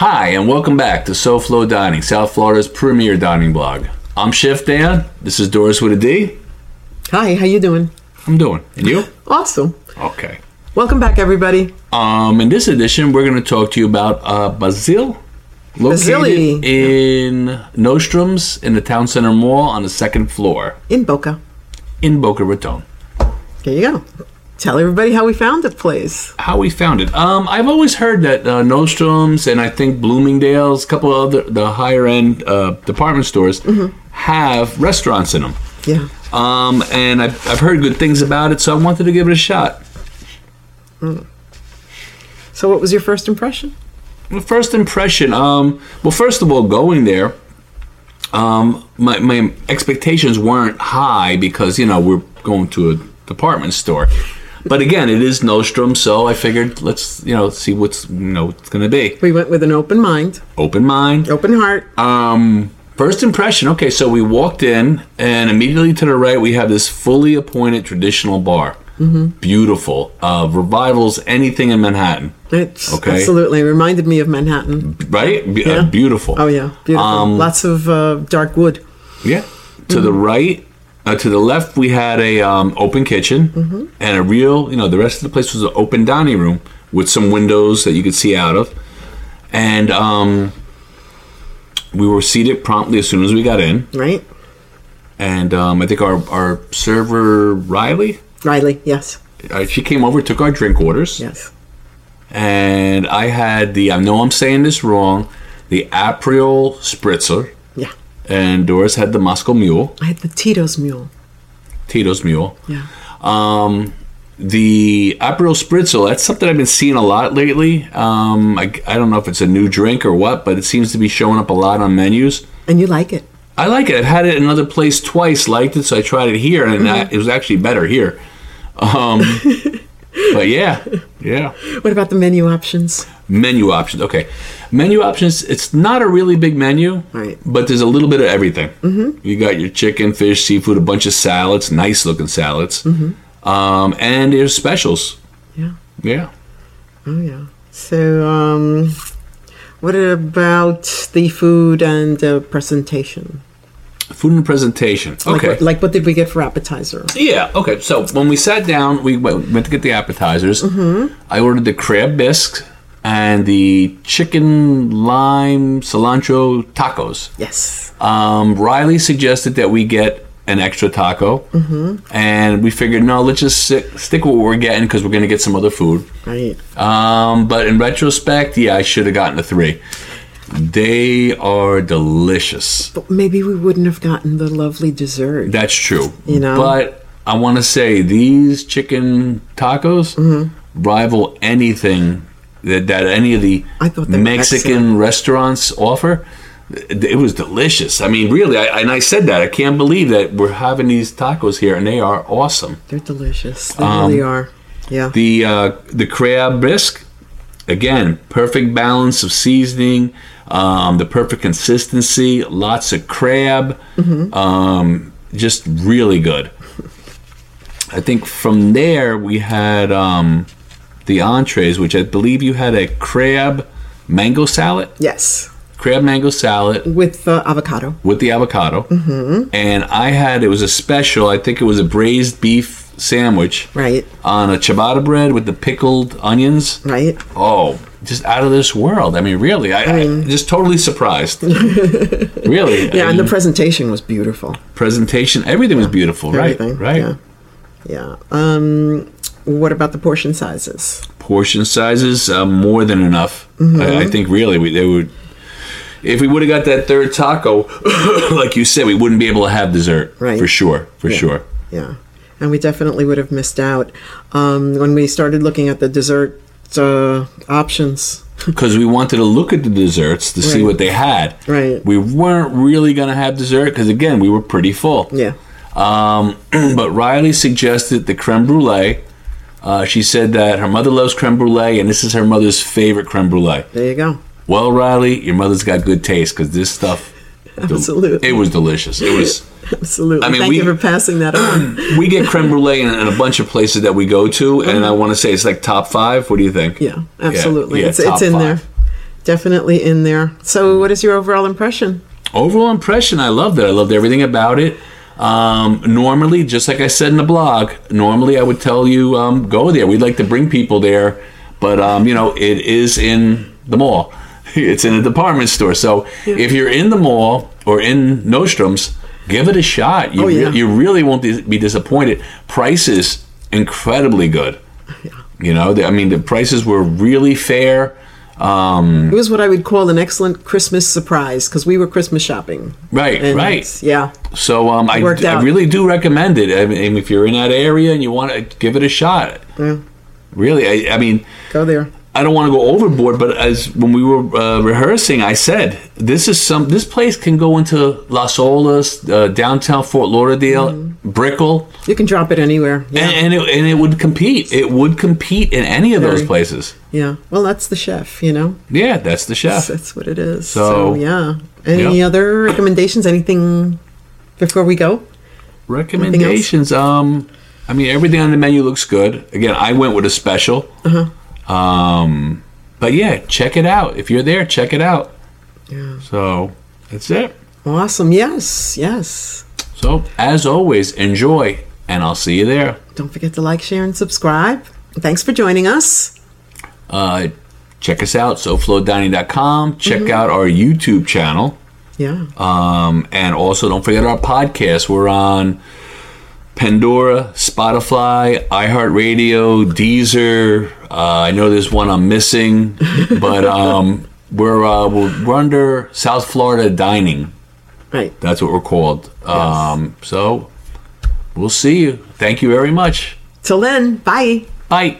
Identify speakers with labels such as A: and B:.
A: and welcome back to SoFlo Dining, South Florida's premier dining blog. I'm Chef Dan. This is Doris with a D.
B: Hi, how you doing?
A: I'm doing. And you?
B: Awesome.
A: Okay.
B: Welcome back, everybody.
A: Um, in this edition, we're going to talk to you about uh, Basile,
B: Basile.
A: located in Nostrum's in the Town Center Mall on the second floor
B: In Boca.
A: in Boca Raton.
B: There you go. Tell everybody how we found the place.
A: How we found it? Um, I've always heard that uh, Nostrum's and I think Bloomingdale's, a couple of other the higher end uh, department stores have restaurants in them.
B: Yeah.
A: Um, and I've, I've heard good things about it, so I wanted to give it a shot.
B: So, what was your first impression?
A: Well, first impression. Um, well, first of all, going there, um, my, my expectations weren't high because you know we're going to a department store, but again, it is Nostrum, so I figured let's you know see what's you know it's gonna be.
B: We went with an open mind,
A: Open mind.
B: open heart.
A: Um, first impression. Okay, so we walked in, and immediately to the right, we have this fully appointed traditional bar.
B: Mm-hmm.
A: Beautiful. Uh, revivals anything in Manhattan,
B: It's
A: okay.
B: absolutely reminded me of Manhattan.
A: right? Be- uh,
B: Yeah.
A: beautiful.
B: Oh yeah, beautiful.
A: Um,
B: Lots of uh, dark wood.
A: Yeah. To the
B: Mm-hmm.
A: right, uh, to the left, we had a um, open kitchen
B: Mm-hmm.
A: and a real, you know, the rest of the place was an open dining room with some windows that you could see out of, and um, we were seated promptly as soon as we got in,
B: Right,
A: and um, I think our our server Riley.
B: Riley. Yes,
A: Uh, she came over, took our drink orders,
B: yes.
A: and I had the. I know I'm saying this wrong. The Aperol Spritzer,
B: Yeah,
A: and Doris had the Moscow Mule,
B: I had the Tito's mule.
A: Tito's Mule.
B: Yeah,
A: Um, the Aperol Spritzel, that's something I've been seeing a lot lately. Um, I, I don't know if it's a new drink or what, but it seems to be showing up a lot on menus.
B: and you like it.
A: I like it. I've had it another place twice, liked it, so I tried it here, and I- it was actually better here. Um, but yeah, yeah.
B: What about the menu options?
A: Menu options. Okay. Menu options, it's not a really big menu,
B: Right.
A: but there's a little bit of everything. Mm-hmm. You got your chicken, fish, seafood, a bunch of salads, nice looking salads. Mm-hmm. Um, and there's specials.
B: Yeah.
A: Yeah.
B: Oh yeah. So, um, what about the food and the presentation?
A: Food and presentation.
B: Like,
A: Okay.
B: what, like what did we get for appetizer?
A: yeah. Okay. So when we sat down, we went, went to get the appetizers. Mm-hmm. I ordered the crab bisque and the chicken lime cilantro tacos.
B: Yes.
A: Um, Riley suggested that we get an extra taco, mm-hmm. and we figured no, let's just sit, stick with what we're getting because we're going to get some other food.
B: Right.
A: Um, but in retrospect, yeah, I should have gotten a three. They are delicious.
B: But maybe we wouldn't have gotten the lovely dessert.
A: That's true.
B: You know?
A: but I want to say these chicken tacos
B: Mm-hmm.
A: rival anything that, that any of the
B: I thought they were
A: Mexican
B: excellent.
A: restaurants offer. It it was delicious. I mean, really, I, and I said that. I can't believe that we're having these tacos here, and they are awesome.
B: They're delicious. They really are. Yeah.
A: Um, The uh, the crab bisque, again, perfect balance of seasoning, um, the perfect consistency, lots of crab, um, just really good. I think from there we had um, the entrees, which I believe you had a crab mango salad,
B: yes.
A: crab mango salad
B: With uh, avocado.
A: with the avocado, and I had it was a special. I think it was a braised beef sandwich
B: Right.
A: on a ciabatta bread with the pickled onions.
B: Right.
A: Oh, just out of this world. I mean, really, I, I just totally surprised. really.
B: Mm. Yeah,
A: I
B: and the
A: mean,
B: presentation was beautiful.
A: presentation, everything was beautiful,
B: Everything,
A: right? Right.
B: Yeah. Yeah. Um, what about the portion sizes?
A: Portion sizes, uh, more than enough.
B: Mm-hmm.
A: I, I think really we, they would. If we would have got that third taco, like you said, we wouldn't be able to have dessert
B: Right.
A: for sure, for sure.
B: Yeah. And we definitely would have missed out um, when we started looking at the dessert uh, options.
A: because we wanted to look at the desserts to see
B: Right.
A: what they had.
B: Right.
A: We weren't really going to have dessert because again, we were pretty full.
B: Yeah.
A: Um, but Riley suggested the creme brulee. Uh, she said that her mother loves creme brulee, and this is her mother's favorite creme brulee.
B: There you go.
A: Well, Riley, your mother's got good taste because this stuff.
B: Absolutely.
A: It was delicious. It was.
B: Absolutely.
A: I mean,
B: Thank
A: we-
B: you for passing that on.
A: We get creme brulee in, in a bunch of places that we go to, and I want to say it's like top five. What do you think?
B: Yeah, absolutely.
A: yeah,
B: it's, it's
A: top
B: in
A: five.
B: there. definitely in there. So, what is your overall impression?
A: overall impression i loved it i loved everything about it um, normally just like i said in the blog normally i would tell you um, go there we'd like to bring people there but um, you know it is in the mall it's in a department store so if you're in the mall or in nostrums give it a shot you,
B: Oh, yeah.
A: re- you really won't dis- be disappointed prices incredibly good you know the, i mean the prices were really fair Mm.
B: It was what I would call an excellent Christmas surprise because we were Christmas shopping.
A: right
B: And
A: right
B: it's- Yeah.
A: So um, I,
B: worked
A: I
B: out.
A: really do recommend it. I mean, if you're in that area and you want to give it a shot,
B: Yeah.
A: really, I, I mean,
B: Go there.
A: I don't want to go overboard, but as when we were uh, rehearsing, I said this is some this place can go into Las Olas, uh, downtown Fort Lauderdale, Brickell,
B: You can drop it anywhere. Mm-hmm. Yeah.
A: and, and it and it would compete. It would compete in any of those
B: Very.
A: places.
B: yeah. Well, that's the chef, you know?
A: Yeah, that's the chef.
B: That's what it is.
A: So-
B: So, yeah. Any
A: Yeah.
B: other recommendations? Anything before we go?
A: Recommendations. Um, I mean, everything on the menu looks good. Again, I went with a special. Um, but yeah, check it out. If you're there, check it out.
B: Yeah.
A: So that's it.
B: Awesome. Yes. Yes.
A: So as always, enjoy, and I'll see you there.
B: Don't forget to like, share, and subscribe. Thanks for joining us.
A: Uh, check us out, SoFloDining.com. Check out our YouTube channel,
B: Yeah.
A: um, and also don't forget our podcast. We're on. Pandora, Spotify, iHeartRadio, Deezer. Uh, I know there's one I'm missing, but um, we're, uh, we're we're under South Florida Dining.
B: right.
A: That's what we're called. Um, So we'll see you. Thank you very much.
B: Till then, bye.
A: Bye.